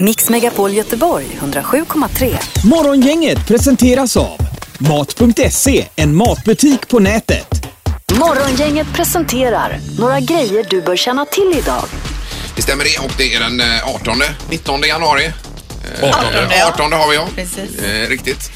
Mix Megapol Göteborg 107,3. Morgongänget presenteras av Mat.se, en matbutik på nätet. Morgongänget presenterar några grejer du bör känna till idag. Det stämmer det och det är den eh, 18, 19 januari. 18, Eh, 18 har vi ja. Precis. Eh, riktigt.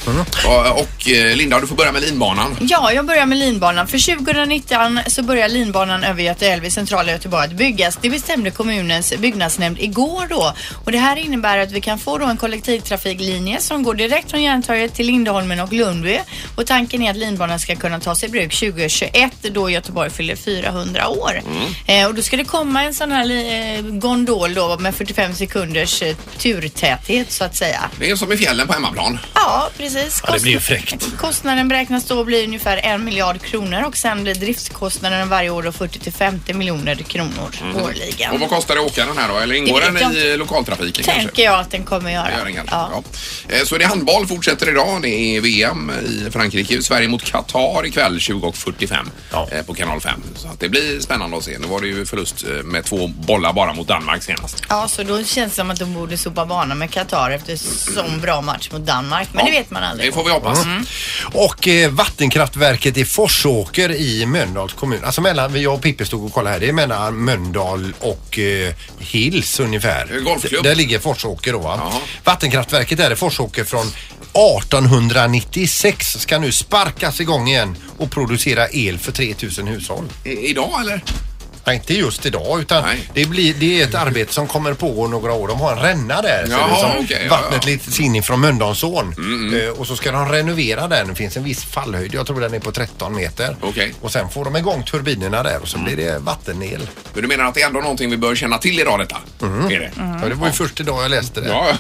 Ja, Och eh, Linda, du får börja med linbanan. Ja, jag börjar med linbanan. För 2019 så börjar linbanan över Göta älv i centrala Göteborg att byggas. Det bestämde kommunens byggnadsnämnd igår då. Och det här innebär att vi kan få då en kollektivtrafiklinje som går direkt från Järntorget till Lindholmen och Lundby. Och tanken är att linbanan ska kunna tas i bruk 2021 då Göteborg fyller 400 år. Eh, och då ska det komma en sån här li- eh, gondol då med 45 sekunders eh, turtäthet så att säga. Det är som i fjällen på hemmaplan. Ja, precis. Ja, det blir ju Kost- fräckt. Kostnaden beräknas då bli ungefär en miljard kronor och sen blir driftskostnaden varje år då 40 till 50 miljoner kronor årligen. Mm. Och vad kostar det att åka den här då? Eller ingår Det vet den jag i lokaltrafiken kanske? Tänker jag att den kommer göra. Det gör den kanske. Ja. Ja. Eh, Så det är handboll fortsätter idag. Det är VM i Frankrike. Sverige mot Qatar ikväll 20.45 Ja. eh, på kanal 5. Så att det blir spännande att se. Nu var det ju förlust eh, med två bollar bara mot Danmark senast. ja, så då känns det som att de borde sopa banan med Qatar efter sån bra match mot Danmark. Men Ja, det vet man aldrig. Det får vi hoppas. Och eh, vattenkraftverket i Forsåker i Mölndals kommun. Alltså mellan, jag och Pippi stod och kollade här. Det är mellan Mölndal och eh, Hills ungefär. Eh, golfklubb. Där ligger Forsåker då va? Jaha. Vattenkraftverket där i Forsåker från 1896 ska nu sparkas igång igen och producera el för 3000 hushåll. I- Idag eller? Nej, inte just idag utan Nej. det, blir, det är ett arbete som kommer pågå några år. De har en ränna där. ser Jaha, det som okej, ja, Mm, vattnet ja. leds in från Mölndalsån. Eh, och så ska de renovera den. Det finns en viss fallhöjd. Jag tror den är på 13 meter. Okej. Mm. Och sen får de igång turbinerna där och så blir det vattenel. Men du menar att det är ändå någonting vi bör känna till idag detta? Är det? Ja, det var ju först idag jag läste det. Ja,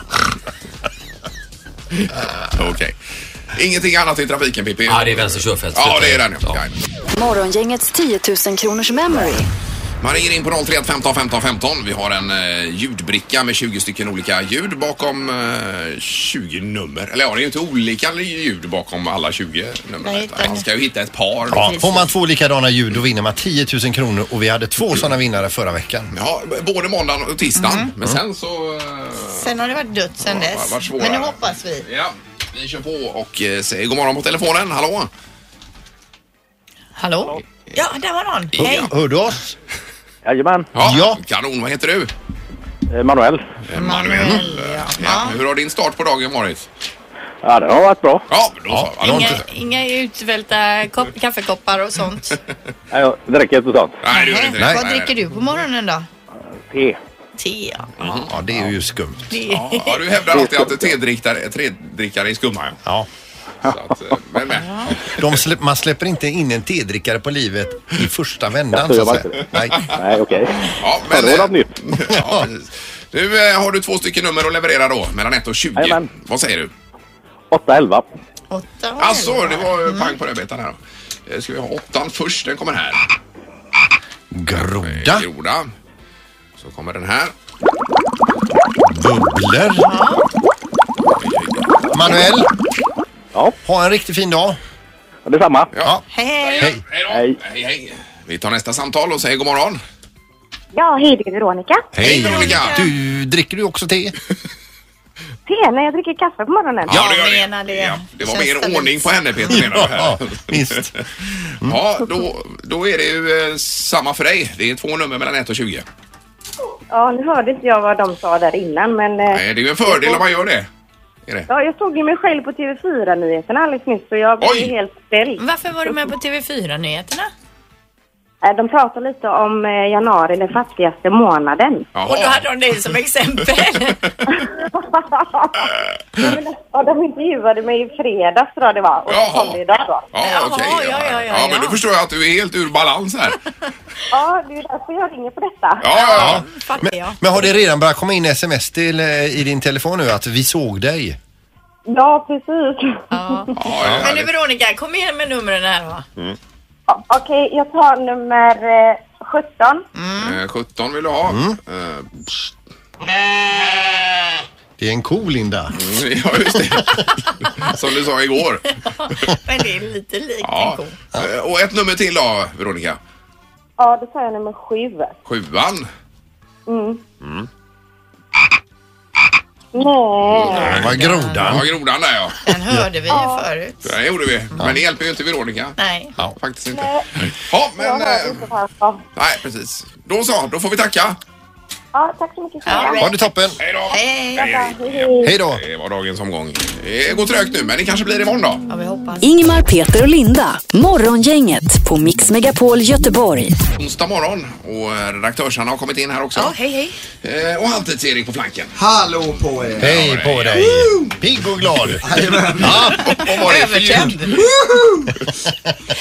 Ja. okej. Ingenting annat i trafiken Pippi? Ja, det är vänster körfält. Ja, Sluta. det är den. Ja. Ja. Morgongängets 10 000 kronors memory. Man ringer in på 031 15 15 15. Vi har en eh, ljudbricka med 20 stycken olika ljud bakom eh, 20 nummer. Eller ja, det är ju inte olika ljud bakom alla 20 nummer. Nej, utan utan- Man ska ju hitta ett par. Ja, Ja. får man två likadana ljud då vinner man 10 000 kronor och vi hade två sådana vinnare förra veckan. Ja, både måndagen och tisdagen. Men Mm. sen så... eh, Sen har det varit dött sen Ja, dess. vad svårare. Men nu hoppas vi. Ja, vi kör på och eh, säger god morgon på telefonen. Hallå? Hallå? Ja, där var någon. Hej. Hör du oss? Jajamän, Ja. Kanon, vad heter du? Eh, Manuel. Eh, Manuel. Ja. Ja. Hur har din start på dagen varit? Ja, den har varit bra. Ja, då så. Alltså, Ja, det var Inga, inte- inga utvälta kopp, kaffekoppar och sånt. Nej, jag- Det räcker inte sånt. Nej, det gör det inte. Vad dricker du på morgonen då? Te. Te, ja. Mm. Ja, det är ju skumt. Det- Ja, ja, du hävdar alltid att tedrickare, tedrickare är skumma. ja. Ja. Så att, eh, men, men. De slä, man släpper inte in en tedrickare på livet i första vändan. Jag tror Så jag att var säga. inte Nej. Nej, okej. Ja, Ja, det var eh, något nytt. ja, precis. Nu eh, har du två stycken nummer att leverera då, mellan 1 och 20. Jajamän. Vad säger du? 8-11. Åtta år. Alltså, det var eh, pang på rödbetan här då. Eh, Ska vi ha åttan först? Den kommer här. Groda, Groda. Så kommer den här. bubblor. Manuel, Ja, ha en riktigt fin dag. och detsamma. Ja. Hej. Hej. då. Hej. Hej, hej. Vi tar nästa samtal och säger god morgon. Ja, hej, det är Veronica. Hej, Veronica. Du, dricker du också te? Te när jag dricker kaffe på morgonen. Ja, gör menar det. Ja, det var Känns mer stabilt. ordning på henne, Peter, menar du? här? Ja, visst. Ja, då, då är det ju eh, samma för dig. Det är två nummer mellan 1 och 20. Ja, nu hörde inte jag vad de sa där innan, men... eh, Nej, det är ju en fördel om man gör det. Är det? Ja, jag såg ju mig själv på TV4-nyheterna alldeles nyss så jag blev Oj! ju helt ställd. Varför var du med på TV4-nyheterna? Eh, De pratar lite om eh, januari, den fattigaste månaden. Jaha. Och då hade de dig som exempel. Ja, men, ja, de intervjuade mig i fredags tror jag det var och så Jaha. kom det idag då. Ja, Jaha, okej. ja, ja, ja, ja, men ja. då förstår jag att du är helt ur balans här. Ja, Ja, det är därför jag ringer på detta. ja, Fattar jag. Men har det redan börjat komma in sms till, eh, i din telefon nu att vi såg dig? Ja, precis. Ja. ja. ja, ja, Men du det- Veronica, kom igen med numren här va? Ja, Okej, jag tar nummer eh, 17. eh, 17 vill du ha. Mm. Eh, Det är en ko, Linda. Ja, just det. Som du sa igår. Men det är lite likt en Ja. ko. Eh, Och ett nummer till då, Veronica. Ja, då tar jag nummer 7. Sjuan. Mm. Mm. Det Nej. var Ja, grodan. grodan där ja. Den hörde vi ju förut. Det gjorde vi. Men det hjälper ju inte Veronica. Nej. Ja, faktiskt inte. Ja, men... Jag hörde eh, inte vad han sa. Nej, precis. Då så, då får vi tacka. Ja, tack så mycket. Ja, Ha det toppen. Hej då! Hej. Hej då. Det var dagens omgång. Det går trögt nu, men det kanske blir imorgon då. Ja, vi hoppas. Ingmar, Peter och Linda. Morgongänget på Mix Megapol Göteborg. Onsdag morgon och eh, redaktörsarna har kommit in här också. Ja, hej, hej. Eh, Och Halvtids-Erik på flanken. Hallå på er! Hej på dig. Pigg och glad. Ja, och var det för ljud? Övertänd.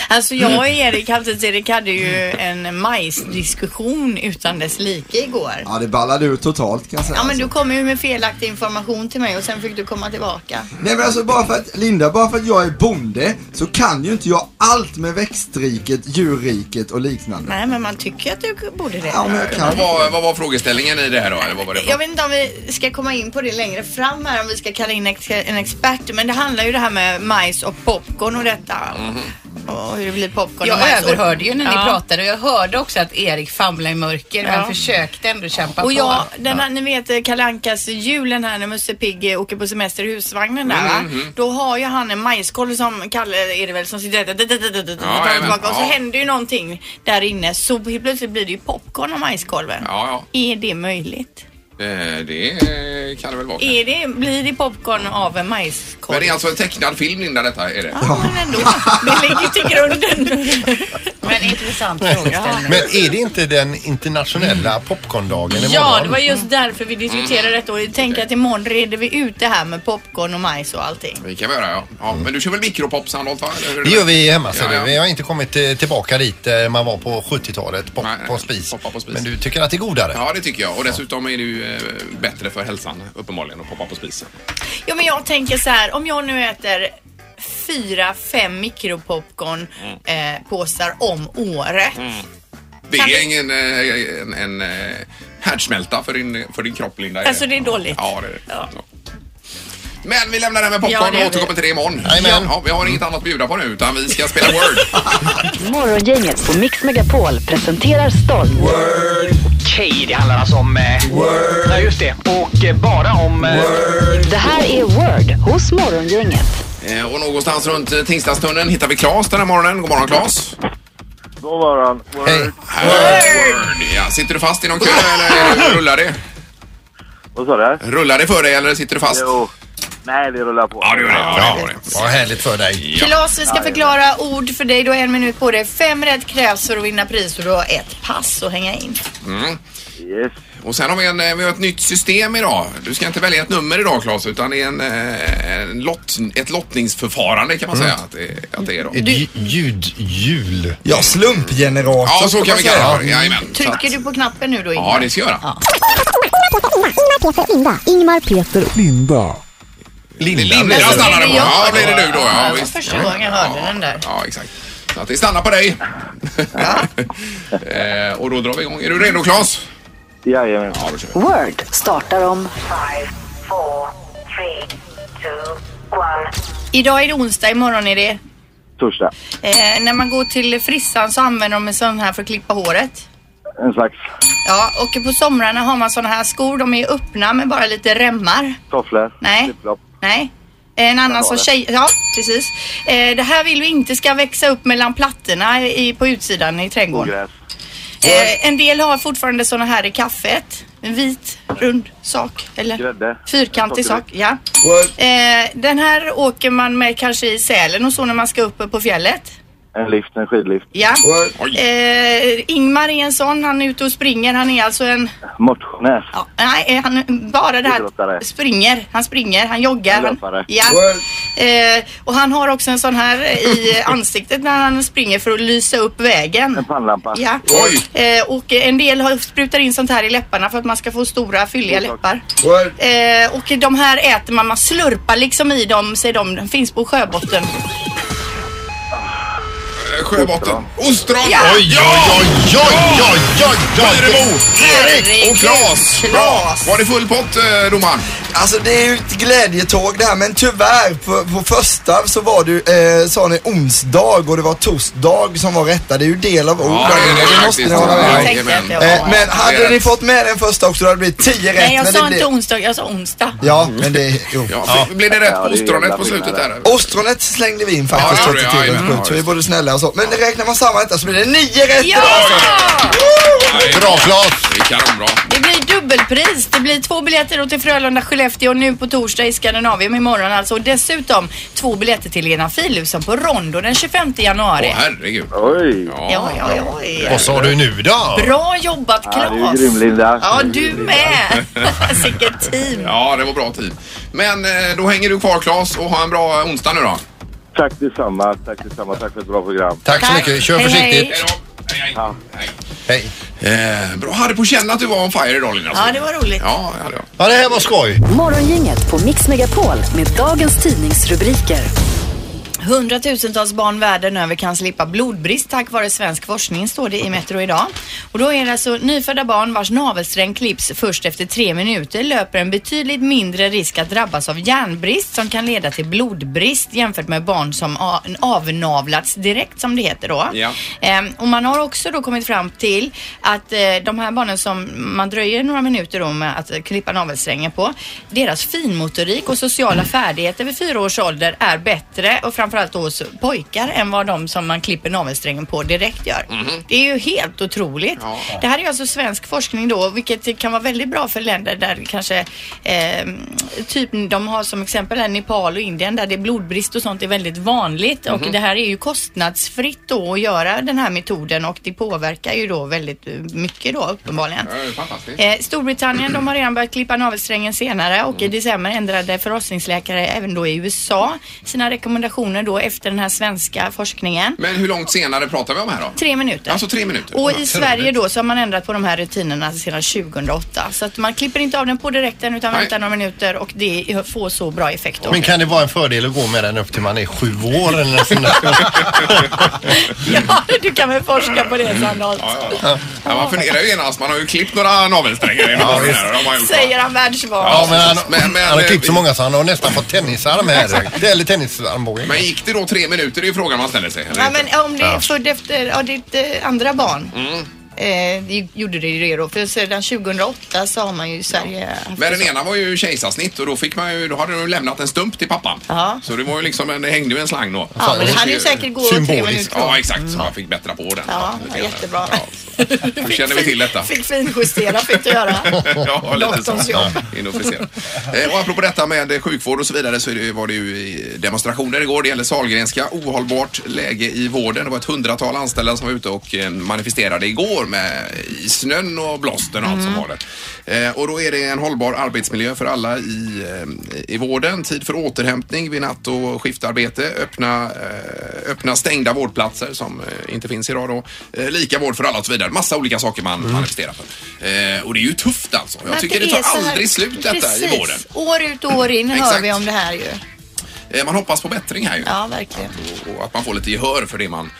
alltså jag och Erik, Halvtids-Erik, hade ju en majsdiskussion utan dess like igår. Ja, det ballade ut totalt kan jag säga. Ja men alltså. du kom ju med felaktig information till mig och sen fick du komma tillbaka. Nej men alltså bara för att, Linda, bara för att jag är bonde så kan ju inte jag allt med växtriket, djurriket och liknande. Nej men man tycker att du borde det. Ja, men jag kan. Vad var, vad var frågeställningen i det här då? Eller vad var det Jag för? vet inte om vi ska komma in på det längre fram här om vi ska kalla in ex- en expert men det handlar ju det här med majs och popcorn och detta. Mhm. Och hur det blir popcorn och Jag majs. överhörde ju när ni Ja. pratade och jag hörde också att Erik famlade i mörker Ja. men försökte ändå kämpa Och på. jag, den här, ni vet eh, Kalle Ankas julen här när Musse Pigg eh, åker på semester i husvagnen där Mm, va? Då har ju han en majskolv som Kalle är det väl som sitter där, där, där, där, där, där, Ja, fram och tillbaka och så ja. händer ju någonting där inne så helt plötsligt blir det ju popcorn av majskolven. Ja, Är det möjligt? ja. Eh, Det eh, kan det väl vara. kanske. Är det, blir det popcorn av en majskolv? Men det är alltså en tecknad film Linda detta, är det? Ja, men ändå. Det ligger till grunden. Men intressant frågeställning. Men är det inte den internationella popcorndagen imorgon? Ja, det var just därför vi diskuterade detta och jag tänker Mm. att imorgon reder vi ut det här med popcorn och majs och allting. Det kan vi göra ja. ja men du kör väl mikropops Sandholt va? Eller hur är Det gör vi hemma ser Ja, du. ja. Vi har inte kommit eh, tillbaka dit där man var på 70-talet. Pop, Nej, på spis. poppa på spis. Men du tycker att det är godare? Ja det tycker jag och dessutom är det ju eh, bättre för hälsan uppenbarligen att poppa på spisen. Ja, men jag tänker så här, om jag nu äter fyra, fem mikropopcorn Mm. eh, påsar om året. Det Kan vi- är ingen, eh, en, en eh, härdsmälta för din, för din kropp Linda. är Alltså, det är dåligt. Ja det är det. Ja. Ja. Men vi lämnar det här med Ja, popcorn det gör och återkommer till det imorgon. Jajamän. Ja, vi har inget annat att bjuda på nu utan vi ska spela Word. Morgongänget på Mix Megapol presenterar stolt. Okej, det handlar alltså om... Eh, Word. Ja, just det. Och eh, bara om... Eh, Det här är Word hos Morgongänget. Eh, och någonstans runt eh, Tingstadstunneln hittar vi Claes den här morgonen. God morgon Claes. Då var han. Hej. Word! Ja, sitter du fast i någon kö eller rullar det? Vad sa du? Rullar det för dig eller sitter du fast? Jo. Nej, vi rullar på. Ja, det gör det. Ja, det gör det. Vad härligt för dig. Klas, vi ska förklara ord för dig. Du har en minut på dig. Fem rätt krävs för att vinna pris och du har ett pass att hänga in. Yes. Och sen har vi, en, eh, vi har ett nytt system idag. Du ska inte välja ett nummer idag Claes, utan det är en, eh, en lott, ett lottningsförfarande kan man säga att det, att det är. Då. Ett lj- ljudhjul. Ja, slumpgenerator Ja, så ska kan man vi säga. kalla det. Jajamän. Trycker du på knappen nu då? Ingmar? Ja, det ska jag göra. Linda. Linda blir det. stannar det på. blir Alltså, det jag? Ja, blir det du då. Ja, Ja, visst. första gången jag hörde ja, den där. Ja, exakt. Så att det stannar på dig. Eh, och då drar vi igång. Är du redo Claes? Jajamän. Ja, då kör vi. Word startar om Idag är det onsdag, imorgon är det... Torsdag. Eh, när man går till frissan så använder de en sån här för att klippa håret. En slags Ja, och på somrarna har man såna här skor. De är öppna med bara lite remmar. tofflor. Nej. Flip-flop. Nej. En annan som tjej... Ja, precis. Eh, det här vill vi inte ska växa upp mellan plattorna i, på utsidan i trädgården. Ogräs. Eh, en del har fortfarande såna här i kaffet. En vit, rund sak. Eller Grädde. fyrkantig sak. Sockerbröd. Ja. Word. Eh, den här åker man med kanske i Sälen och så när man ska upp på fjället. En lift, en skidlift. Ja. Word. Oj. Eh, Ingmar är en sån. Han är ute och springer. Han är alltså en... Motionär. Ja, nej, han bara det här Idrottare. springer. Han springer, han joggar. En Han, löpare. ja. Word. eh, och han har också en sån här i ansiktet när han springer för att lysa upp vägen. En pannlampa. Ja. Oj. Eh, och en del har sprutar in sånt här i läpparna för att man ska få stora fylliga läppar. Word. Eh, och de här äter man, man slurpar liksom i dem, säger de. De finns på sjöbotten. Eh, Sjöbotten. Ostron! Ja. Oj, oj, oj, oj, oj, oj, oj. Fyrebo, Erik och Claes. Bra! Var det full pott, eh, domaren? Alltså det är ju ett glädjetåg det här men tyvärr på, på första så var det ju, eh, sa ni onsdag och det var torsdag som var rätta. Det är ju del av orden. det måste ni hålla med om. Jag tänkte att det var- Eh, men hade ni fått med den första också då hade det blivit 10 rätt. Nej, jag men sa det inte blev- onsdag, jag sa onsdag. Ja, men det... Jo. Ja, Blev det rätt Ja, på det är ostronet jävla på slutet skillnad där? Ostronet slängde vi in faktiskt Ja, det ja, gjorde till jag, tiden, jajamän. punkt. Så vi är både snälla och så. Men räknar man samman detta så blir det 9 rätt Ja! idag alltså. Bra Claes! Det är kanonbra. Det blir dubbelpris. Det blir två biljetter då till Frölunda, Skellefteå och nu på torsdag i Skandinavien imorgon alltså. Och dessutom två biljetter till Lena Philipsson på Rondo den 25 Åh, januari. herregud. Oj! ja, ja, ja, ja. Vad sa du nu då? Bra jobbat Ja, du är Claes! grym Linda. Ja, du med! Sicket team! Ja, det var bra tid. Men eh, då hänger du kvar Claes och ha en bra onsdag nu då. Tack detsamma. Tack detsamma. Tack för ett bra program. Tack så Tack. mycket. Kör Hej, försiktigt. hej. Hej då. Hej, hej. Hej. Hej. Eh, bra. Hade på känn att du var on fire idag Linda. Ja, det var roligt. Ja, det hade jag. Ja, det här var skoj. Morgongänget på Mix Megapol med dagens tidningsrubriker. Hundratusentals barn världen över kan slippa blodbrist tack vare svensk forskning står det i Metro idag. Och då är det alltså nyfödda barn vars navelsträng klipps först efter tre minuter löper en betydligt mindre risk att drabbas av järnbrist som kan leda till blodbrist jämfört med barn som a- avnavlats direkt som det heter då. Ja. Ehm, och man har också då kommit fram till att eh, de här barnen som man dröjer några minuter då med att eh, klippa navelsträngen på, deras finmotorik och sociala färdigheter vid fyra års ålder är bättre och framförallt då hos pojkar än vad de som man klipper navelsträngen på direkt gör. Det är ju helt otroligt. Det här är ju alltså svensk forskning då, vilket kan vara väldigt bra för länder där kanske eh, typ de har som exempel här Nepal och Indien där det är blodbrist och sånt är väldigt vanligt Mhm. och det här är ju kostnadsfritt då att göra den här metoden och det påverkar ju då väldigt eh, mycket då uppenbarligen. Ja, det är fantastiskt. Eh, Storbritannien de har redan börjat klippa navelsträngen senare och Mm. i december ändrade förlossningsläkare även då i USA sina rekommendationer då efter den här svenska forskningen. Men hur långt senare pratar vi om här då? Tre minuter. Alltså tre minuter. Och i Sverige då så har man ändrat på de här rutinerna sedan 2008. Så att man klipper inte av den på direkten utan Nej. väntar några minuter och det får så bra effekt då. Men kan det vara en fördel att gå med den upp till man är sju år eller något sånt där? Ja, du kan väl forska på det Sandholt. Ja, ja. ja, man funderar ju genast. Man har ju klippt några navelsträngar genom åren. här, de har gjort, va? Säger han världsvan. Ja, men han, Men- men- han har klippt så många så han har nästan fått tennisarm här. Eller tennisarmbåge. Men gick det då tre minuter? Det är Mm. ju frågan man ställer sig. eller Ja, inte? men om det är född efter ja, ditt eh, andra barn. Eh, det gjorde det ju det då. För sedan 2008 så har man ju i Sverige haft Men det den så. ena var ju kejsarsnitt och då fick man ju, då hade de ju lämnat en stump till pappan. Ja. Så det var ju liksom en, det hängde ju en slang då. Ja, men det hann ju säkert gå tre Symboliskt. minuter då. Mm. Ja, exakt. Så man fick bättra på den. Ja, Lite ja, grann. jättebra. Ja, så- Då känner vi till detta. Fick finjustera fick du göra. ja, lite Doktors så. jobb. Inofficiellt. Eh, Och apropå detta med sjukvård och så vidare så är det, var det ju i demonstrationer igår. Det gäller Sahlgrenska. Ohållbart läge i vården. Det var ett hundratal anställda som var ute och eh, manifesterade igår med i snön och blåsten och allt som var det. Eh, Och då är det en hållbar arbetsmiljö för alla i, eh, i vården. Tid för återhämtning vid natt och skiftarbete. Öppna, eh, öppna stängda vårdplatser som eh, inte finns idag då. Eh, Lika vård för alla och så vidare. Massa olika saker man manifesterar för. Eh, Och det är ju tufft alltså. Jag Att tycker det är så tar här- aldrig slut detta Precis. i vården. År ut och år in hör Exakt. vi om det här ju. Eh, Man hoppas på bättring här ju. Ja, verkligen. Och att man får lite gehör för det man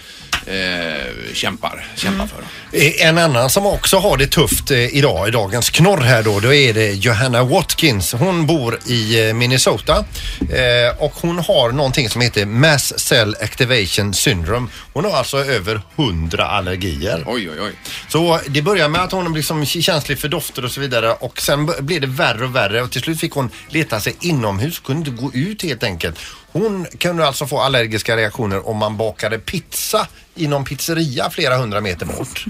eh, kämpar, kämpar Mm. för. Eh, En annan som också har det tufft eh, idag i dagens knorr här då, då är det Johanna Watkins. Hon bor i eh, Minnesota eh, och hon har någonting som heter Mass Cell Activation Syndrome. Hon har alltså över 100 allergier. Oj, oj, oj. Så det börjar med att hon blir som känslig för dofter och så vidare och sen b- blev det värre och värre och till slut fick hon leta sig inomhus, kunde inte gå ut helt enkelt. Hon kunde alltså få allergiska reaktioner om man bakade pizza i någon pizzeria flera hundra meter bort.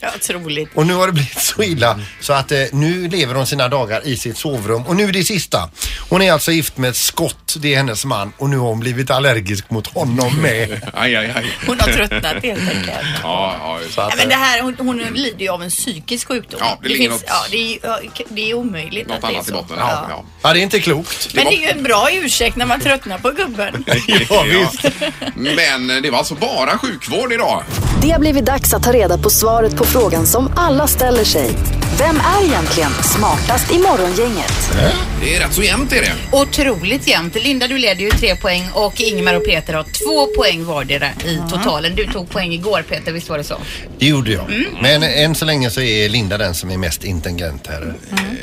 Ja, otroligt. Och nu har det blivit så illa så att eh, nu lever hon sina dagar i sitt sovrum. Och nu det sista. Hon är alltså gift med Scott, det är hennes man. Och nu har hon blivit allergisk mot honom med. Aj, aj, aj. Hon har tröttnat helt enkelt. Ja, ja, just. Så Nej, att, men det eh, här, hon, hon lider ju av en psykisk sjukdom. Ja, det det, ligger finns, något- ja, det, är, ja, det är omöjligt Något att det är annat i så. botten. Ja. Ja. Ja. ja, det är inte klokt. Men det är ju en bra ursäkt när man tröttnar på gubben. Ja, visst. Men eh, det var alltså bara sjukvård idag. Det har blivit dags att ta reda på svaret på frågan som alla ställer sig. Vem är egentligen smartast i Morgongänget? Det är rätt så jämnt är det. Otroligt jämnt. Linda du leder ju tre poäng och Ingemar och Peter har två poäng vardera i Mm. totalen. Du tog poäng igår Peter, visst var det så? Det gjorde jag. Men än så länge så är Linda den som är mest intelligent här. Mm.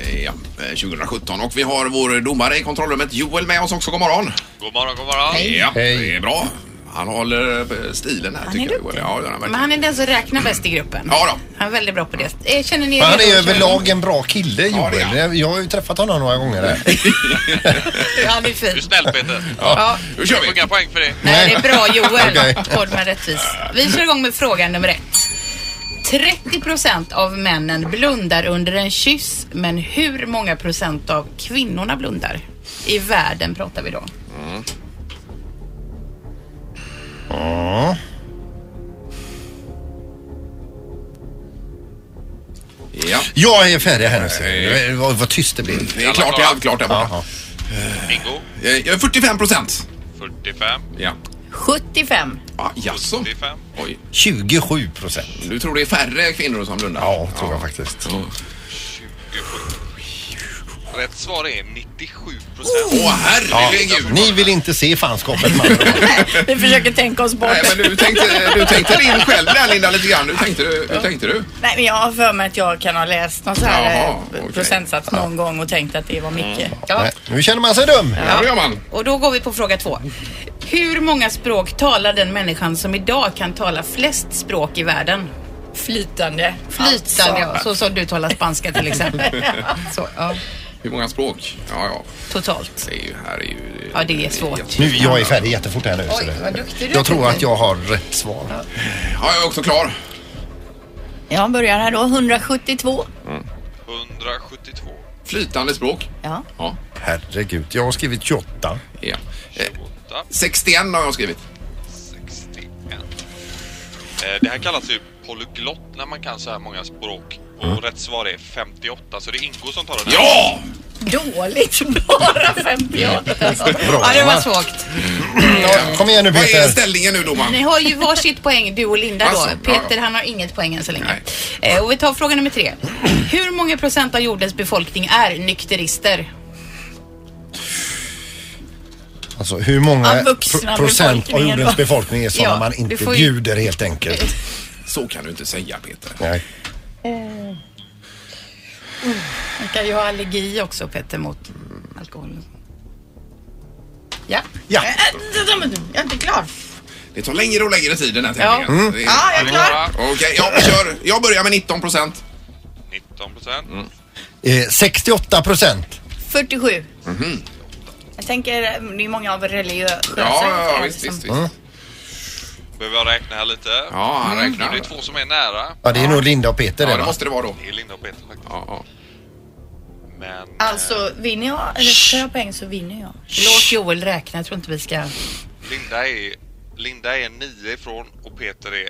Eh, Ja, eh, 2017 och vi har vår domare i kontrollrummet Joel med oss också. God morgon! God morgon, god morgon. Ja, det är bra. Han håller eh, stilen här tycker jag. Joel. Ja, det gör han Men verkligen. han är den som räknar bäst i gruppen. Ja då. Han är väldigt bra på det. Eh, Känner ni er Men han redo är att köra överlag igång? en bra kille Joel. Jag har ju träffat honom några gånger här. Ja, han är fin. Du är snäll Peter. Ja. Nu kör vi. Du får inga poäng för det. Nej, det är bra Joel. Okej. Hård men rättvis. Vi kör igång med fråga nummer ett. 30 procent av männen blundar under en kyss, men hur många procent av kvinnorna blundar? I världen pratar vi då. Ja. Ja. Jag är färdig här nu. ser du. Vad, vad tyst det blev. Det är klart, det är halvklart där borta. Bingo. Eh, ja, 45 procent. 45. Ja. 75. Ja, jaså? 45. Oj, 27 procent. du tror det är färre kvinnor som blundar? Ja, tror jag faktiskt. Åh, 27. Rätt svar är 97 Åh, procent. herregud! Ni vill inte se fanskapet man. Vi försöker tänka oss bort. Nej, men du tänkte, du tänkte det in själv där Linda lite grann. Hur tänkte du? Hur tänkte du? Nej, men jag har för mig att jag kan ha läst någon så här Jaha, eh, okej. procentsats någon gång och tänkt att det var mycket. Ja. Nej, Nu känner man sig dum. Ja, det gör man. Och då går vi på fråga två. Hur många språk talar den människan som idag kan tala flest språk i världen? Flytande. Alltså. Flytande, ja. Så som du talar spanska till exempel. Så, ja, Hur många språk? Ja, ja. totalt. Det är ju, här är ju... Ja, det är svårt. Nu, jag är färdig jättefort här nu. så Oj, det- vad duktig du är, jag tror Peter. att jag har rätt svar. Ja, jag är också klar. Jag börjar här då. 172. 172. Eh. Flytande språk. Ja. Ja. Herregud, jag har skrivit 28. ja. Eh, 28. 61 har jag skrivit. 61. Eh, Det här kallas ju polyglott när man kan så här många språk. Och rätt svar är 58, så det är Ingo som tar den här. Ja! Dåligt. Bara 58. Ja, det var svagt. Ja, Kom igen nu Vad är Peter. ställningen nu Ni domaren? har ju varsitt poäng, du och Linda då. Alltså, ja, ja. Peter han har inget poäng än så länge. Eh, och vi tar fråga nummer tre. Hur många procent av jordens befolkning är nykterister? Alltså, hur många Av vuxna pro- procent av befolkningen jordens då? befolkning är sådana Ja, man du inte får ju- bjuder helt enkelt? Så kan du inte säga Peter. Nej. Man kan ju ha allergi också Peter mot alkohol. Ja. Ja, Äh, Jag är inte klar. Det tar längre och längre tid den här tävlingen. Mm. Det är- Ja, jag är klar. Okej, jag kör. Jag börjar med 19 procent. 19 procent. eh, 68 procent. 47. Jag tänker, eh, det är många av religiösa Mhm. Ja, ja, skäl ja, visst, som- visst. visst. Behöver jag räkna här lite? Ja, han Det är räknar. två som är nära. Ja, det är nog Linda och Peter Ja, det det va? måste det vara då. Det är Linda och Peter faktiskt. Ja, ja. Men... eh, Alltså, vinner jag eller tar jag poäng så vinner jag. Låt Joel räkna, jag tror inte vi ska... Linda är, Linda är 9 ifrån och Peter är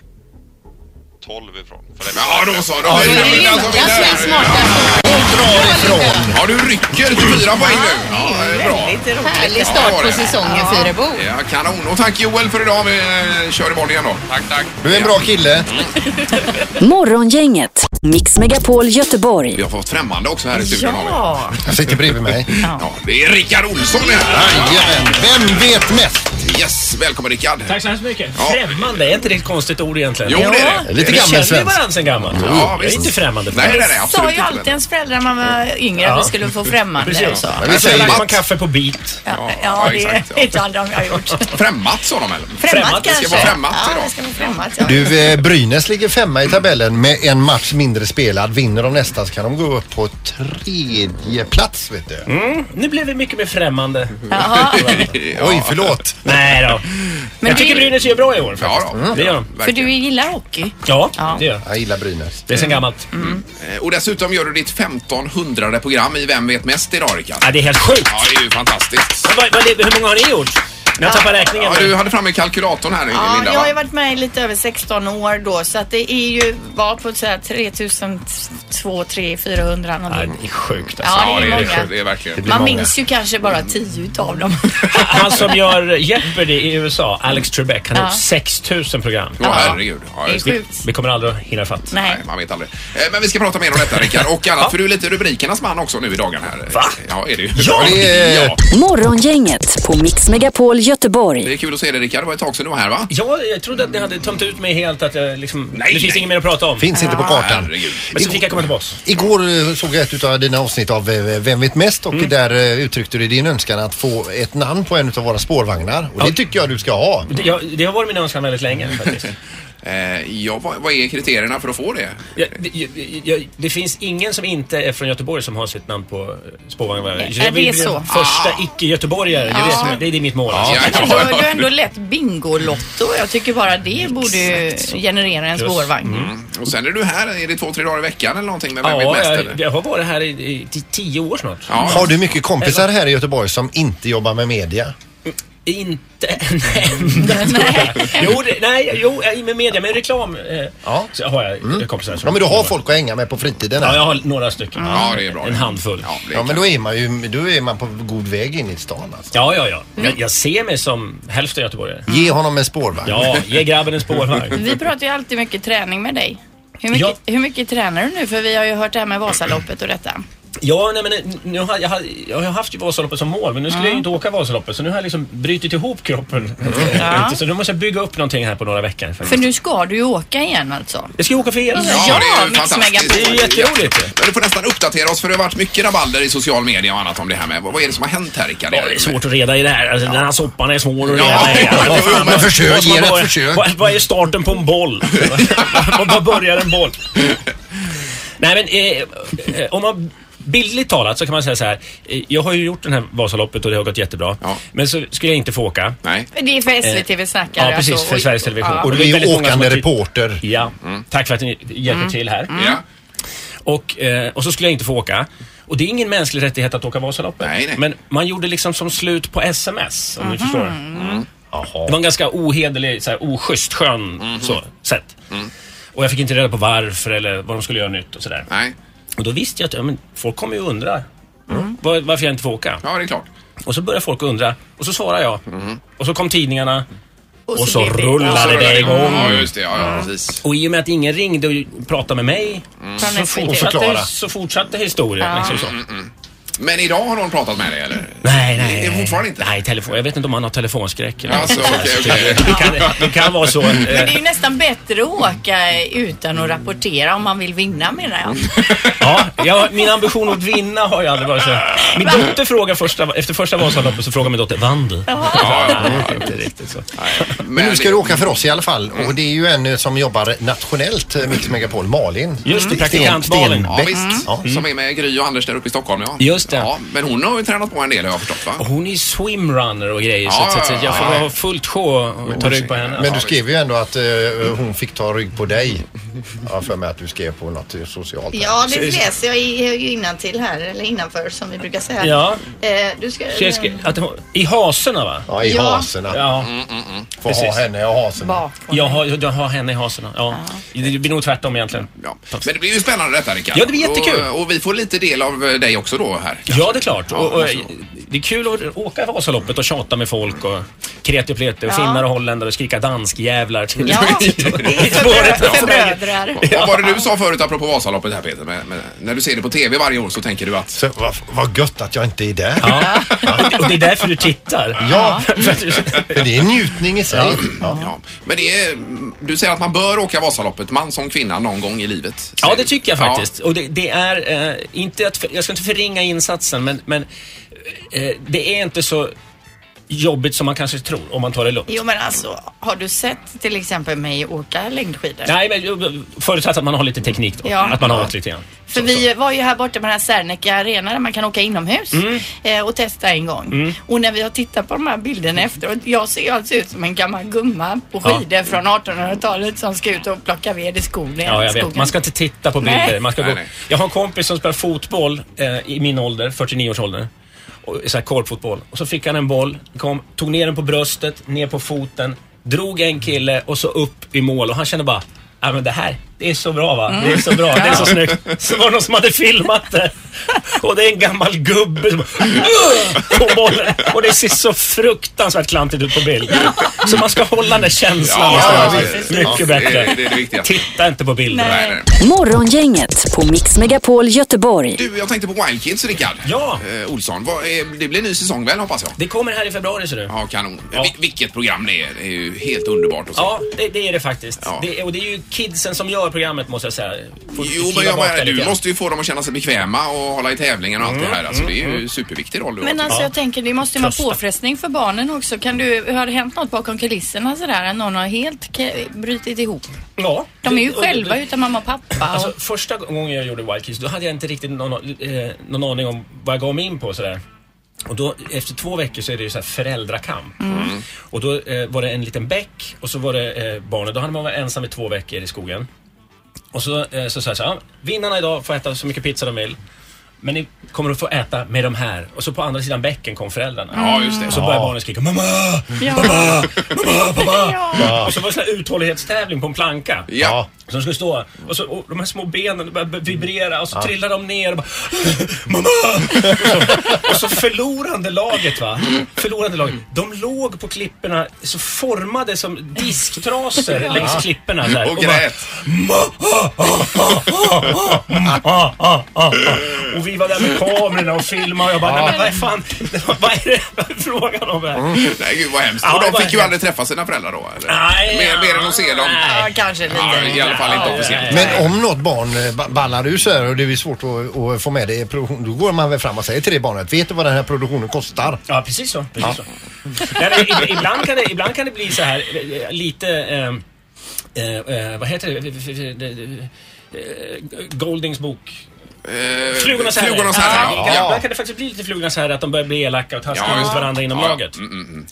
12 ifrån. För det Ja, då så. Då Ja, är det det är Linda som Linda som är vinner. smartast. Hon drar ifrån. Ja, du rycker till fyra poäng nu. Ja, det är bra. Härlig Ja, start det på är. säsongen Fyrebo. Ja, kanon. Och tack Joel för idag. Vi eh, kör imorgon igen då. Tack, tack. Du är en bra kille. Morgongänget, Mix Megapol Göteborg. Vi har fått främmande också här i studion. har vi. Han sitter bredvid mig. ja det är Rickard Olsson är här. Jajamän. Vem vet mest? Yes, välkommen Rickard. Tack så hemskt mycket. Ja. Främmande, är inte det ett konstigt ord egentligen? Jo, det är det. Lite Vi gammal känner ju svensk. varandra sen gammalt. Ja, jag är visst. inte främmande för Nej, det. nej, nej, absolut Sa ju inte. alltid ens föräldrar när man var yngre Ja. att vi skulle få främmande. och Precis. Så. Men vi Men sen säger drack det. man kaffe på bit. Ja, ja, ja, det exakt, ja. vet jag aldrig om jag har gjort. Främmat sa de eller? Främmat Det kanske? ska vara främmat Ja, idag. det ska vara främmat. Ja. Du, eh, Brynäs ligger femma i tabellen med en match mindre spelad. Vinner de nästa så kan de gå upp på tredje plats vet du. Mm, nu blev vi mycket mer främmande. Jaha, Oj, förlåt. Nej då. jag tycker Brynäs gör bra i år faktiskt. Ja, då. Det gör de. för Verkligen. du gillar hockey. Ja, Ja. Mm. det gör de. Jag gillar Brynäs. Det är sen gammalt. Eh, Och dessutom gör du ditt 1500 program i Vem vet mest idag Rickard? Ja, det är helt sjukt. Ja, det är ju fantastiskt. Men vad, vad, hur många har ni gjort? Jag tappar räkningen. Ja, du hade framme kalkylatorn här Ja, Linda jag har ju va? varit med i lite över 16 år då så att det är ju var på så här 3200, 3 400 någonting. Det är sjukt alltså. Ja, det är många. det är verkligen. Man minns ju kanske bara 10 utav dem. Han som gör Jeopardy i USA, Alex Trebek, han har Ja. gjort 6000 program. Åh, herregud. Ja, just Vi- det. Vi kommer aldrig att hinna fatt. Nej. Man vet aldrig. Eh, Men vi ska prata mer om detta Rickard och annat för du är lite rubrikernas man också nu i dagarna här. Va? Ja, är det ju. Ja, ja. Morgongänget på Mix Megapol Göteborg. Det är kul att se dig Rickard. Det var ett tag sedan du var här va? Ja, jag trodde att ni hade tömt ut mig helt. Att jag liksom, det finns inget mer att prata om. Finns inte på kartan. Herregud. Ah, Men så fick jag komma till oss. Igår eh, såg jag ett av dina avsnitt av eh, Vem vet mest Mm. och där eh, uttryckte du din önskan att få ett namn på en av våra spårvagnar och det tycker jag du ska ha. Det, jag, det har varit min önskan väldigt länge faktiskt. Eh, ja, vad, vad är kriterierna för att få det? Jag, det, jag, jag, det finns ingen som inte är från Göteborg som har sitt namn på eh, spårvagnen. Jag Nej, vill det är bli så. den första icke-göteborgare. Det, Ja. är det, det är mitt mål. alltså. Du har ju ändå lätt Bingolotto. Jag tycker bara det borde ju generera en spårvagn. Mm. Och sen är du här, är det två, tre dagar i veckan eller någonting med Vem vet Ja, mest? jag, Eller? jag har varit här i, i t- tio år snart. Har du mycket kompisar här i Göteborg som inte jobbar med media? Inte en enda tror jag. Jo, det, nej, jo, eh, med media, med reklam eh, så har jag mm. kompisar. som- Ja men du har folk att hänga med på fritiden. Ja, jag har några stycken. Mm. Ja, det är bra. En handfull. Ja men då är man ju då är man på god väg in i stan alltså. Ja, ja, ja. Mm. Jag, jag ser mig som hälften göteborgare. Ge honom en spårvagn. Ja, ge grabben en spårvagn. Vi pratar ju alltid mycket träning med dig. Hur mycket, hur mycket tränar du nu? För vi har ju hört det här med Vasaloppet och detta. Ja, nej, men eh, nu har, jag, har, jag har haft ju Vasaloppet som mål, men nu skulle jag ju inte åka Vasaloppet. Så nu har jag liksom brutit ihop kroppen. Ja. Så nu måste jag bygga upp någonting här på några veckor. Faktiskt. För nu ska du ju åka igen alltså. Jag ska åka för er. Ja, det är ju Mix fantastiskt. Megapol. Det är jätteroligt. Men du får nästan uppdatera oss för det har varit mycket rabalder i social media och annat om det här med. Vad vad är det som har hänt här Rickard? Ja, det är svårt att reda i det här. Alltså, Den här soppan är svår att reda Ja, i. jo, jo, men vad- försök, vad- ge det ett vad- försök. Vad, vad är starten på en boll? Vad- Vad börjar en boll? Nej, men eh, eh, om man bildligt talat så kan man säga så här. eh, Jag har ju gjort den här Vasaloppet och det har gått jättebra. Men så skulle jag inte få åka. Nej. Det är för SVT vi snackar. Eh, Ja, precis. alltså, För och- Sveriges Television. ja. Och du det är är väldigt ju många som åkande har ty- reporter. Ja, tack för att ni hjälper Mm. till här. Mm. Ja. Och, eh, och så skulle jag inte få åka. Och det är ingen mänsklig rättighet att åka Vasaloppet. Men man gjorde liksom som slut på sms, om ni förstår. Det var en ganska ohederlig, så här, oschysst, skön så, sätt. Och jag fick inte reda på varför eller vad de skulle göra nytt och sådär. Och då visste jag att ja, men folk kommer ju undra var, varför jag inte får åka. Ja, det är klart. Och så började folk undra och så svarade jag. Och så kom tidningarna. Och, så så blev det- rullade Och så rullade det det igång. igång. Ja, just det. Ja, ja, precis. Och i och med att ingen ringde och pratade med mig Från så, SVT. fortsatte, Förklara. så fortsatte historien. Ja. Liksom så. Mm, Men idag har någon pratat med dig eller? Nej, nej. Det är fortfarande inte? Nej, telefon. Jag vet inte om han har telefonskräck. Eller Alltså, något sånt okej, där. okej. det, kan, det kan vara så. Men det är ju Eh, nästan bättre att åka utan att rapportera om man vill vinna menar jag. ja, jag, min ambition att vinna har ju aldrig varit så. Min dotter frågar första, efter första Vasaloppet så frågar min dotter, vann du? Ja, Nej, inte riktigt så. Men nu ska du åka för oss i alla fall och det är ju en eh, som jobbar nationellt, eh, Mix Megapol, Malin. Mm. Just det, Sten- praktikant Malin. Ja, Stenbeck. visst. Mm. Ja, som är med Gry och Anders där uppe i Stockholm. Ja. Just det. Ja, men hon har ju tränat på en del har jag förstått va? Hon är swimrunner och grejer Ja, så, att- så att jag får ja, ja. ha fullt sjå och ta rygg på henne. Men du skrev ju ändå att eh, hon fick ta rygg på dig. Ja, för mig att du skrev på något eh, socialt. Ja, det läser jag innan till här, eller innanför som vi brukar säga. Ja. Eh, du ska, Så jag skrev att hon, I hasorna va? Ja, i Ja. hasorna. Ja. Få ha henne i hasorna. Jag har, jag har henne i hasorna. Ja. Det blir nog tvärtom egentligen. Ja. Men det blir ju spännande detta Rickard. Ja, det blir jättekul. Och, och vi får lite del av eh, dig också då här. Ja, det är klart. och, och, varsågod. det är kul att åka Vasaloppet och tjata med folk och kreti och pleti och Ja. finnar och holländare och skrika danskjävlar till Ja. Förbrödrar. Och Vad var det du sa förut apropå Vasaloppet här Peter? Men, men, när du ser det på TV varje år så tänker du att... Så, vad, vad gött att jag inte är där. Ja. Och det är därför du tittar. Ja, för det är njutning i sig. Ja. Ja. Men det är, du säger att man bör åka Vasaloppet, man som kvinna, någon gång i livet. Ja, det tycker jag faktiskt. Och det, det är eh, inte att, jag ska inte förringa insatsen, men, men eh, det är inte så jobbigt som man kanske tror om man tar det lugnt. Jo men alltså, har du sett till exempel mig åka längdskidor? Nej, men eh, förutsatt att man har lite teknik då. Ja. Att man har något lite grann. För vi var ju här borta på den här Serneke Arena där man kan åka inomhus eh, och testa en gång. Mm. Och när vi har tittat på de här bilderna efteråt, jag ser ju alltså ut som en gammal gumma på Ja. skidor från 1800-talet som ska ut och plocka ved i skogen. Ja, jag vet. Man ska inte titta på Nej. bilder. Man ska Nej, gå. nej. Jag har en kompis som spelar fotboll eh, i min ålder, 49 års ålder. och, så här korpfotboll. Och så fick han en boll, kom, tog ner den på bröstet, ner på foten, drog en kille och så upp i mål och han kände bara Ja men det här, det är så bra va? Mm. Det är så bra, det är så Ja. snyggt. Så var det någon som hade filmat det. Och det är en gammal gubbe som bara, "Ugh!" på bollen. Och det ser så fruktansvärt klantigt ut på bild. Så man ska hålla den där känslan Ja, istället. ja, precis. Mycket Ja, det är- bättre. det är det viktiga. Titta inte på bilden. Morgongänget på Mix Megapol Göteborg. Du, jag tänkte på Wild Kids, Rickard. Ja. Eh, Olsson, vad är, det blir ny säsong väl hoppas jag? Det kommer här i februari ser du. Ja, kanon. Vi, vilket program det är. Det är ju helt underbart att se. Ja, det, det är det faktiskt. Det, är- och det är ju kidsen som gör programmet måste jag säga. Får Jo, men kliva jag bak menar, där lite du grann. Mm, måste ju få dem att känna sig bekväma och hålla i tävlingen och allt det här. Alltså, det är ju superviktig roll du Men har. alltså jag tänker det måste ju vara Trösta. påfrestning för barnen också. Kan du, har det hänt något bakom kulisserna sådär? Att någon har helt ke- brutit ihop? Ja. De är ju Det- och- själva utan mamma och pappa. Alltså, första gången jag gjorde Wild Kids, då hade jag inte riktigt någon, eh, någon aning om vad jag gav mig in på. Sådär. Och då, efter två veckor så är det ju så här föräldrakamp. Mm. Och då eh, var det en liten bäck och så var det eh, barnet. Då hade man varit ensam i två veckor i skogen. Och så eh, så sa jag så här, "Ja, vinnarna idag får äta så mycket pizza de vill. Men ni kommer att få äta med de här. Och så på andra sidan bäcken kom föräldrarna. Ja, just det. Och så började Ja. barnen skrika mamma, Ja. mamma, mamma, pappa. Och så var det sån här uthållighetstävling på en planka. Ja. Som skulle stå. Och, så, och de här små benen började vibrera och så Ja. trillade de ner och bara Mamma! och, så, och så förlorande laget va. Förlorande laget. De låg på klipporna så formade som disktrasor Ja. längs klipporna. Där, Och bara, grät. Ah, ah, ah, ah. Och vi var där med kamerorna och filmade och jag bara, Ja. nej men vad fan, vad är det vad är frågan om här? Nej, gud vad hemskt. Mm. Ja, och det de var fick ju hemskt. aldrig träffa sina föräldrar då, eller? Nej, mer, mer än att se dem. Ja, kanske lite. Ja, I alla fall inte officiellt. Men om något barn eh, ba- ballar ur så här och det är svårt att, att få med det i produktion, då går man väl fram och säger till det barnet, vet du vad den här produktionen kostar? Ja, precis så. Precis så. Nej, men ib- ibland, kan det, ibland kan det bli så här eh, lite... ehm, Eh, eh, vad heter det? Eh, Goldings bok. Flugornas herre. eh, Flugornas herre, ja. Ibland Ja. kan det faktiskt bli lite Flugornas herre, att de börjar bli elaka och taskiga Ja, mot just det. varandra inom Ja, ja. laget.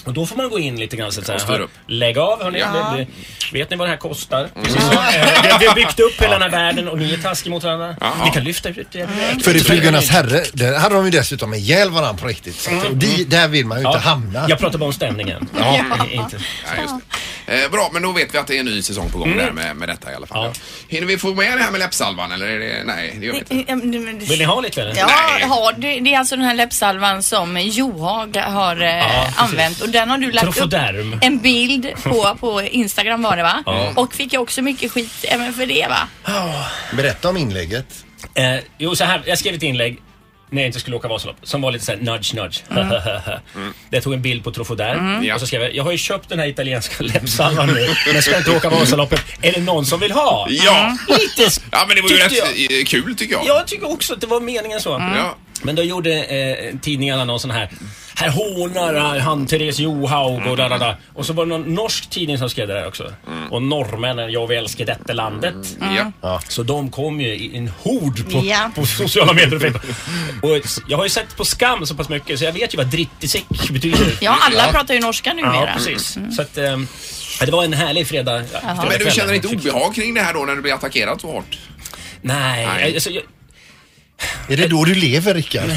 Och då får man gå in lite grann så att Och säga. styra hör- upp. Lägg av hörni. Ja. Det- det- Vet ni vad det här kostar? Precis så. Eh, Vi har- vi har byggt upp hela den här världen och ni är taskiga mot varandra. Ja. Ni kan lyfta ut er direkt. För i Flugornas herre, där hade de ju dessutom ihjäl varandra på riktigt. Så att, Mm. di- där vill man ju inte hamna. Jag pratar bara om stämningen. Ja. Inte. Ja, just det. Eh, bra, men då vet vi att det är en ny säsong på gång Mm. där med, med detta i alla fall. Hinner vi få med det här med läppsalvan eller är det, nej, det gör vi inte. Vill ni ha lite eller? Ja, Nej. har du, det är alltså den här läppsalvan som Johag har eh, Ja, precis. använt och den har du lagt upp Trofoderm. en bild på, på Instagram var det va? Ja. Och fick jag också mycket skit även för det va? Berätta om inlägget. Eh, jo, så här. Jag skrev ett inlägg när jag inte skulle åka Vasalopp som var lite såhär nudge nudge. Där jag tog en bild på Trofodär Mm. och så skrev jag jag har ju köpt den här italienska läppsalvan nu men jag ska inte åka Vasaloppet. Är det någon som vill ha? Ja. Mm. Lite Ja, men det var ju tyckte rätt eh, kul tycker jag. Jag tycker också att det var meningen så. Mm. Ja. Men då gjorde eh, tidningarna någon sån här här hånar han Therese Johaug och da, da, da. Och så var det någon norsk tidning som skrev det där också. Och norrmännen, jag vi älskar detta landet. Mm. Ja. Så de kom ju i en hord på, Ja. på sociala medier. och Facebook. Och jag har ju sett på Skam så pass mycket så jag vet ju vad drittisick betyder. Ja, alla pratar ju norska numera. Ja, precis. Så att, ehm, ja, det var en härlig fredag. Jaha. Men du fredagkväll. känner inte obehag kring det här då när du blir attackerad så hårt? Nej, Nej. Alltså, jag, Är det då du lever Rickard?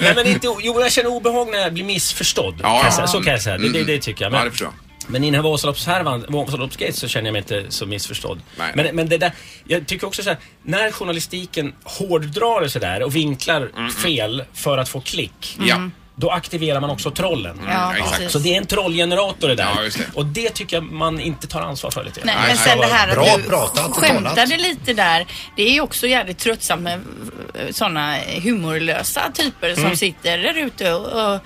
Nej, men inte, jo, jag känner obehag när jag blir missförstådd. ja. kan jag säga, så kan jag säga. Det, det, det tycker jag. Men, Ja, det förstår men i den här Vasaloppshärvan, Vasaloppsgate, så känner jag mig inte så missförstådd. Men, men det där, jag tycker också så här, när journalistiken hårddrar det sådär och vinklar fel för att få klick. Ja. Då aktiverar man också trollen. Ja, exakt. Så det är en trollgenerator det där. Och det tycker jag man inte tar ansvar för lite. Nej, men sen det här att du skämtade lite där. Det är ju också jävligt tröttsamt med sådana humorlösa typer som Mm. sitter där ute och, och,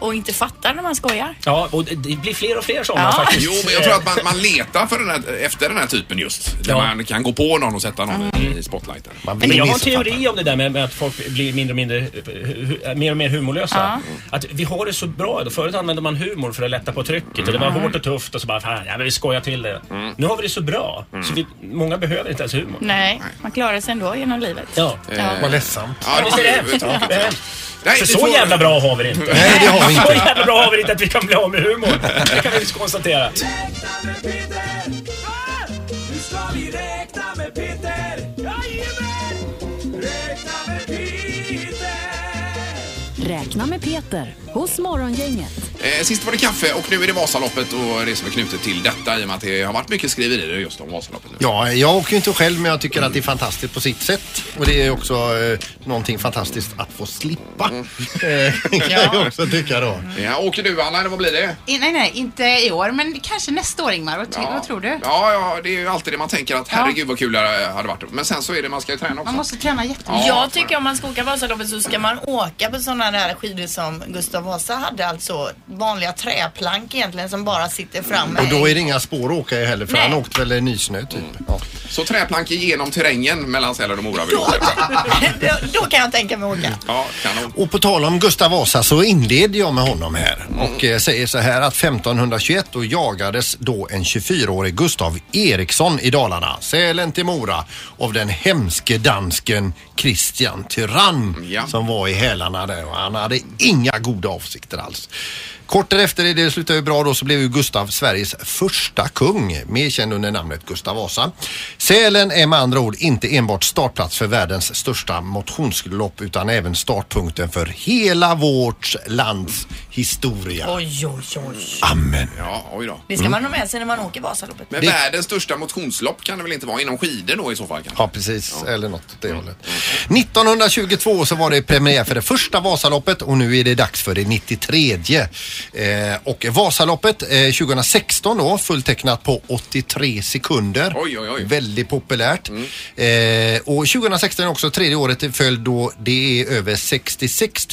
och inte fattar när man skojar. Ja, och det- det blir fler och fler sådana Ja. faktiskt. Jo, men jag tror att man, man letar för den här, efter den här typen just. Där Ja. Mm. man kan gå på någon och sätta någon i spotlighten. Men jag har en teori om det där med, med att folk blir mindre och mindre, eh, hu- hu- mer och mer humorlösa. Att vi har det så bra idag. Förut använde man humor för att lätta på trycket och det var Mm. hårt och tufft och så bara, fan, ja, men vi skojar till det. Nu har vi det så bra så vi, många behöver inte ens humor. Nej, man klarar sig ändå genom livet. Ja. Eh, Vad ledsamt. Ja, visst är det hemskt? Ja. Det är hemskt. Nej, för det så får- jävla bra har vi det inte. Nej, det har vi Så inte. jävla bra har vi det inte att vi kan bli av med humor. Det kan vi visst konstatera. Nu ska vi räkna med Peter! Jajamän! Räkna med Peter! Räkna med Peter hos Morgongänget. Eh, sist var det kaffe och nu är det Vasaloppet och det som är knutet till detta i och med att det har varit mycket skriverier just om Vasaloppet. Ja, jag åker ju inte själv men jag tycker att det är fantastiskt på sitt sätt. Och det är också eh, någonting fantastiskt att få slippa. Mm. Eh, kan jag också tycka då. Ja, åker du Anna eller vad blir det? I- Nej, nej, inte i år, men kanske nästa år Ingmar. Vad, ty- Ja. vad tror du? Ja, ja, det är ju alltid det man tänker att herregud vad kul det här hade varit. Men sen så är det, man ska ju träna också. Man måste träna jättemycket. Jag tycker om man ska åka Vasaloppet så ska man åka på sådana där skidor som Gustav Vasa hade. Alltså vanliga träplank egentligen som bara sitter framme. Och då är det inga spår att åka i heller för han åkte väl nysnö typ. Ja. Så träplank igenom terrängen mellan Sälen och Mora vill åka. då, då kan jag tänka mig att Mm. åka. Ja, kanon. Och på tal om Gustav Vasa så inleder jag med honom här och eh, säger så här att 1521 då jagades då en 24-årig Gustav Eriksson i Dalarna, Sälen till Mora, av den hemske dansken Christian Tyrann som var i hälarna där och han hade inga goda avsikter alls. Kort därefter, det slutade ju bra då, så blev ju Gustav Sveriges första kung, mer känd under namnet Gustav Vasa. Sälen är med andra ord inte enbart startplats för världens största motionslopp utan även startpunkten för hela vårt lands historia. Oj, oj, oj. Amen. Ja, oj då. Det Mm. ska man ha med sig när man åker Vasaloppet. Men världens största motionslopp kan det väl inte vara inom skidor då i så fall? Kanske? Ja, precis. Eller något åt det hållet. 1922 så var det premiär för det första Vasaloppet och nu är det dags för det 93. Eh, och Vasaloppet eh, 2016 då, fulltecknat på 83 sekunder. Oj, oj, Mm. oj. Väldigt populärt. Eh, och 2016 är också tredje året i följd då det är över 66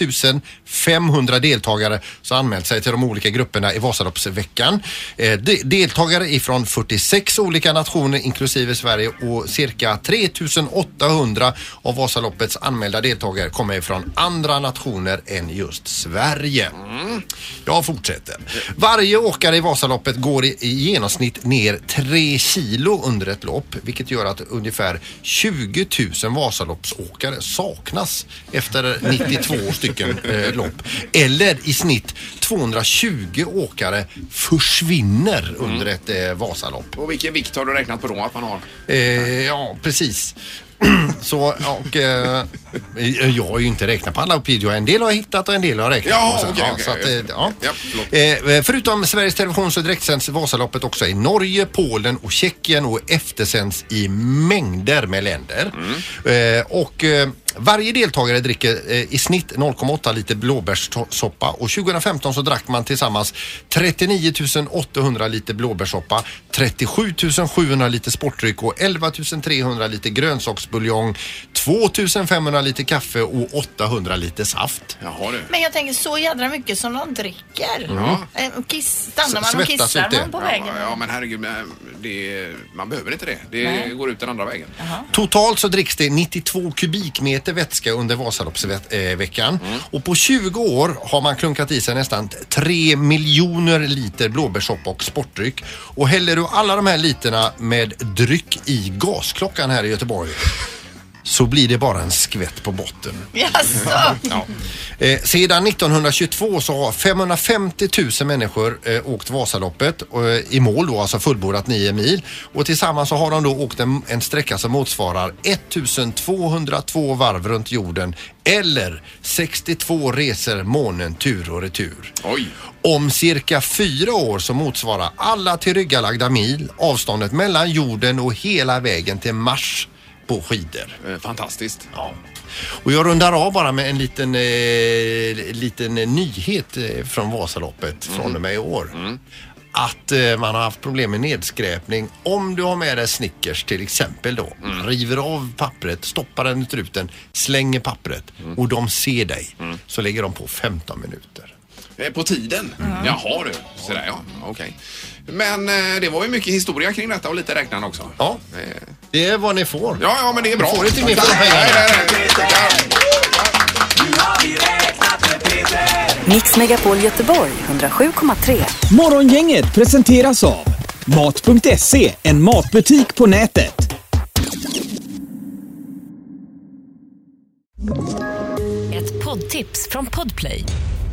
500 deltagare som anmält sig till de olika grupperna i Vasaloppsveckan. Eh, de- deltagare ifrån 46 olika nationer inklusive Sverige och cirka 3800 av Vasaloppets anmälda deltagare kommer ifrån andra nationer än just Sverige. Mm. Jag fortsätter. Varje åkare i Vasaloppet går i, i genomsnitt ner 3 kilo under ett lopp vilket gör att ungefär 20 000 Vasaloppsåkare saknas efter 92 stycken eh, lopp. Eller i snitt 220 åkare försvinner under ett eh, Vasalopp. Och vilken vikt har du räknat på då att man har? Eh, ja, precis. Så, och, eh, jag har ju inte räknat på alla Opidio. En del har jag hittat och en del har jag räknat Jaha, på. sen. okej, ja, okej, så att, just eh, det. ja. Ja, förlåt. Eh, förutom Sveriges Television så direktsänds Vasaloppet också i Norge, Polen och Tjeckien och eftersänds i mängder med länder. Eh, och eh, varje deltagare dricker eh, i snitt 0,8 liter blåbärssoppa och 2015 så drack man tillsammans 39 800 liter blåbärssoppa, 37 700 liter sportdryck och 11 300 liter grönsaksbuljong, 2 500 liter kaffe och 800 liter saft. Jaha, du. Men jag tänker så jädra mycket som de dricker. Ja. Eh, Och kiss, stannar S- man och svettas kissar lite. man på Ja, vägen. Ja, ja, men herregud, men eh, det, man behöver inte det. Det Nej. går ut den andra vägen. Totalt så dricks det 92 kubikmeter vätska under Vasaloppsveckan. Och på 20 år har man klunkat i sig nästan 3 miljoner liter blåbärssoppa och sportdryck. Och häller du alla de här literna med dryck i gasklockan här i Göteborg så blir det bara en skvätt på botten. Jaså? Ja. Eh, sedan 1922 så har 550 000 människor eh, åkt Vasaloppet eh, i mål då, alltså fullbordat 9 mil. Och tillsammans så har de då åkt en, en sträcka som motsvarar 1202 varv runt jorden eller 62 resor månen tur och retur. Oj. Om cirka fyra år så motsvarar alla tillryggalagda mil avståndet mellan jorden och hela vägen till Mars på skidor. Eh, Fantastiskt. Ja. Och jag rundar av bara med en liten, eh, liten eh, nyhet eh, från Vasaloppet från och med i år. Att eh, man har haft problem med nedskräpning. Om du har med dig Snickers till exempel då. River av pappret, stoppar den ut rutan, slänger pappret och de ser dig. Så lägger de på 15 minuter. Eh, På tiden? Jaha du, sådär ja. Okej. Men eh, det var ju mycket historia kring detta och lite räknande också. Eh, Ja, det är vad ni får. Ja, ja, men det är bra. Ni får inte mer för Nej, pengarna. nej, nej. Mix Megapol Göteborg 107,3. Morgongänget presenteras av Mat.se, E, en matbutik på nätet. Ett poddtips från Podplay.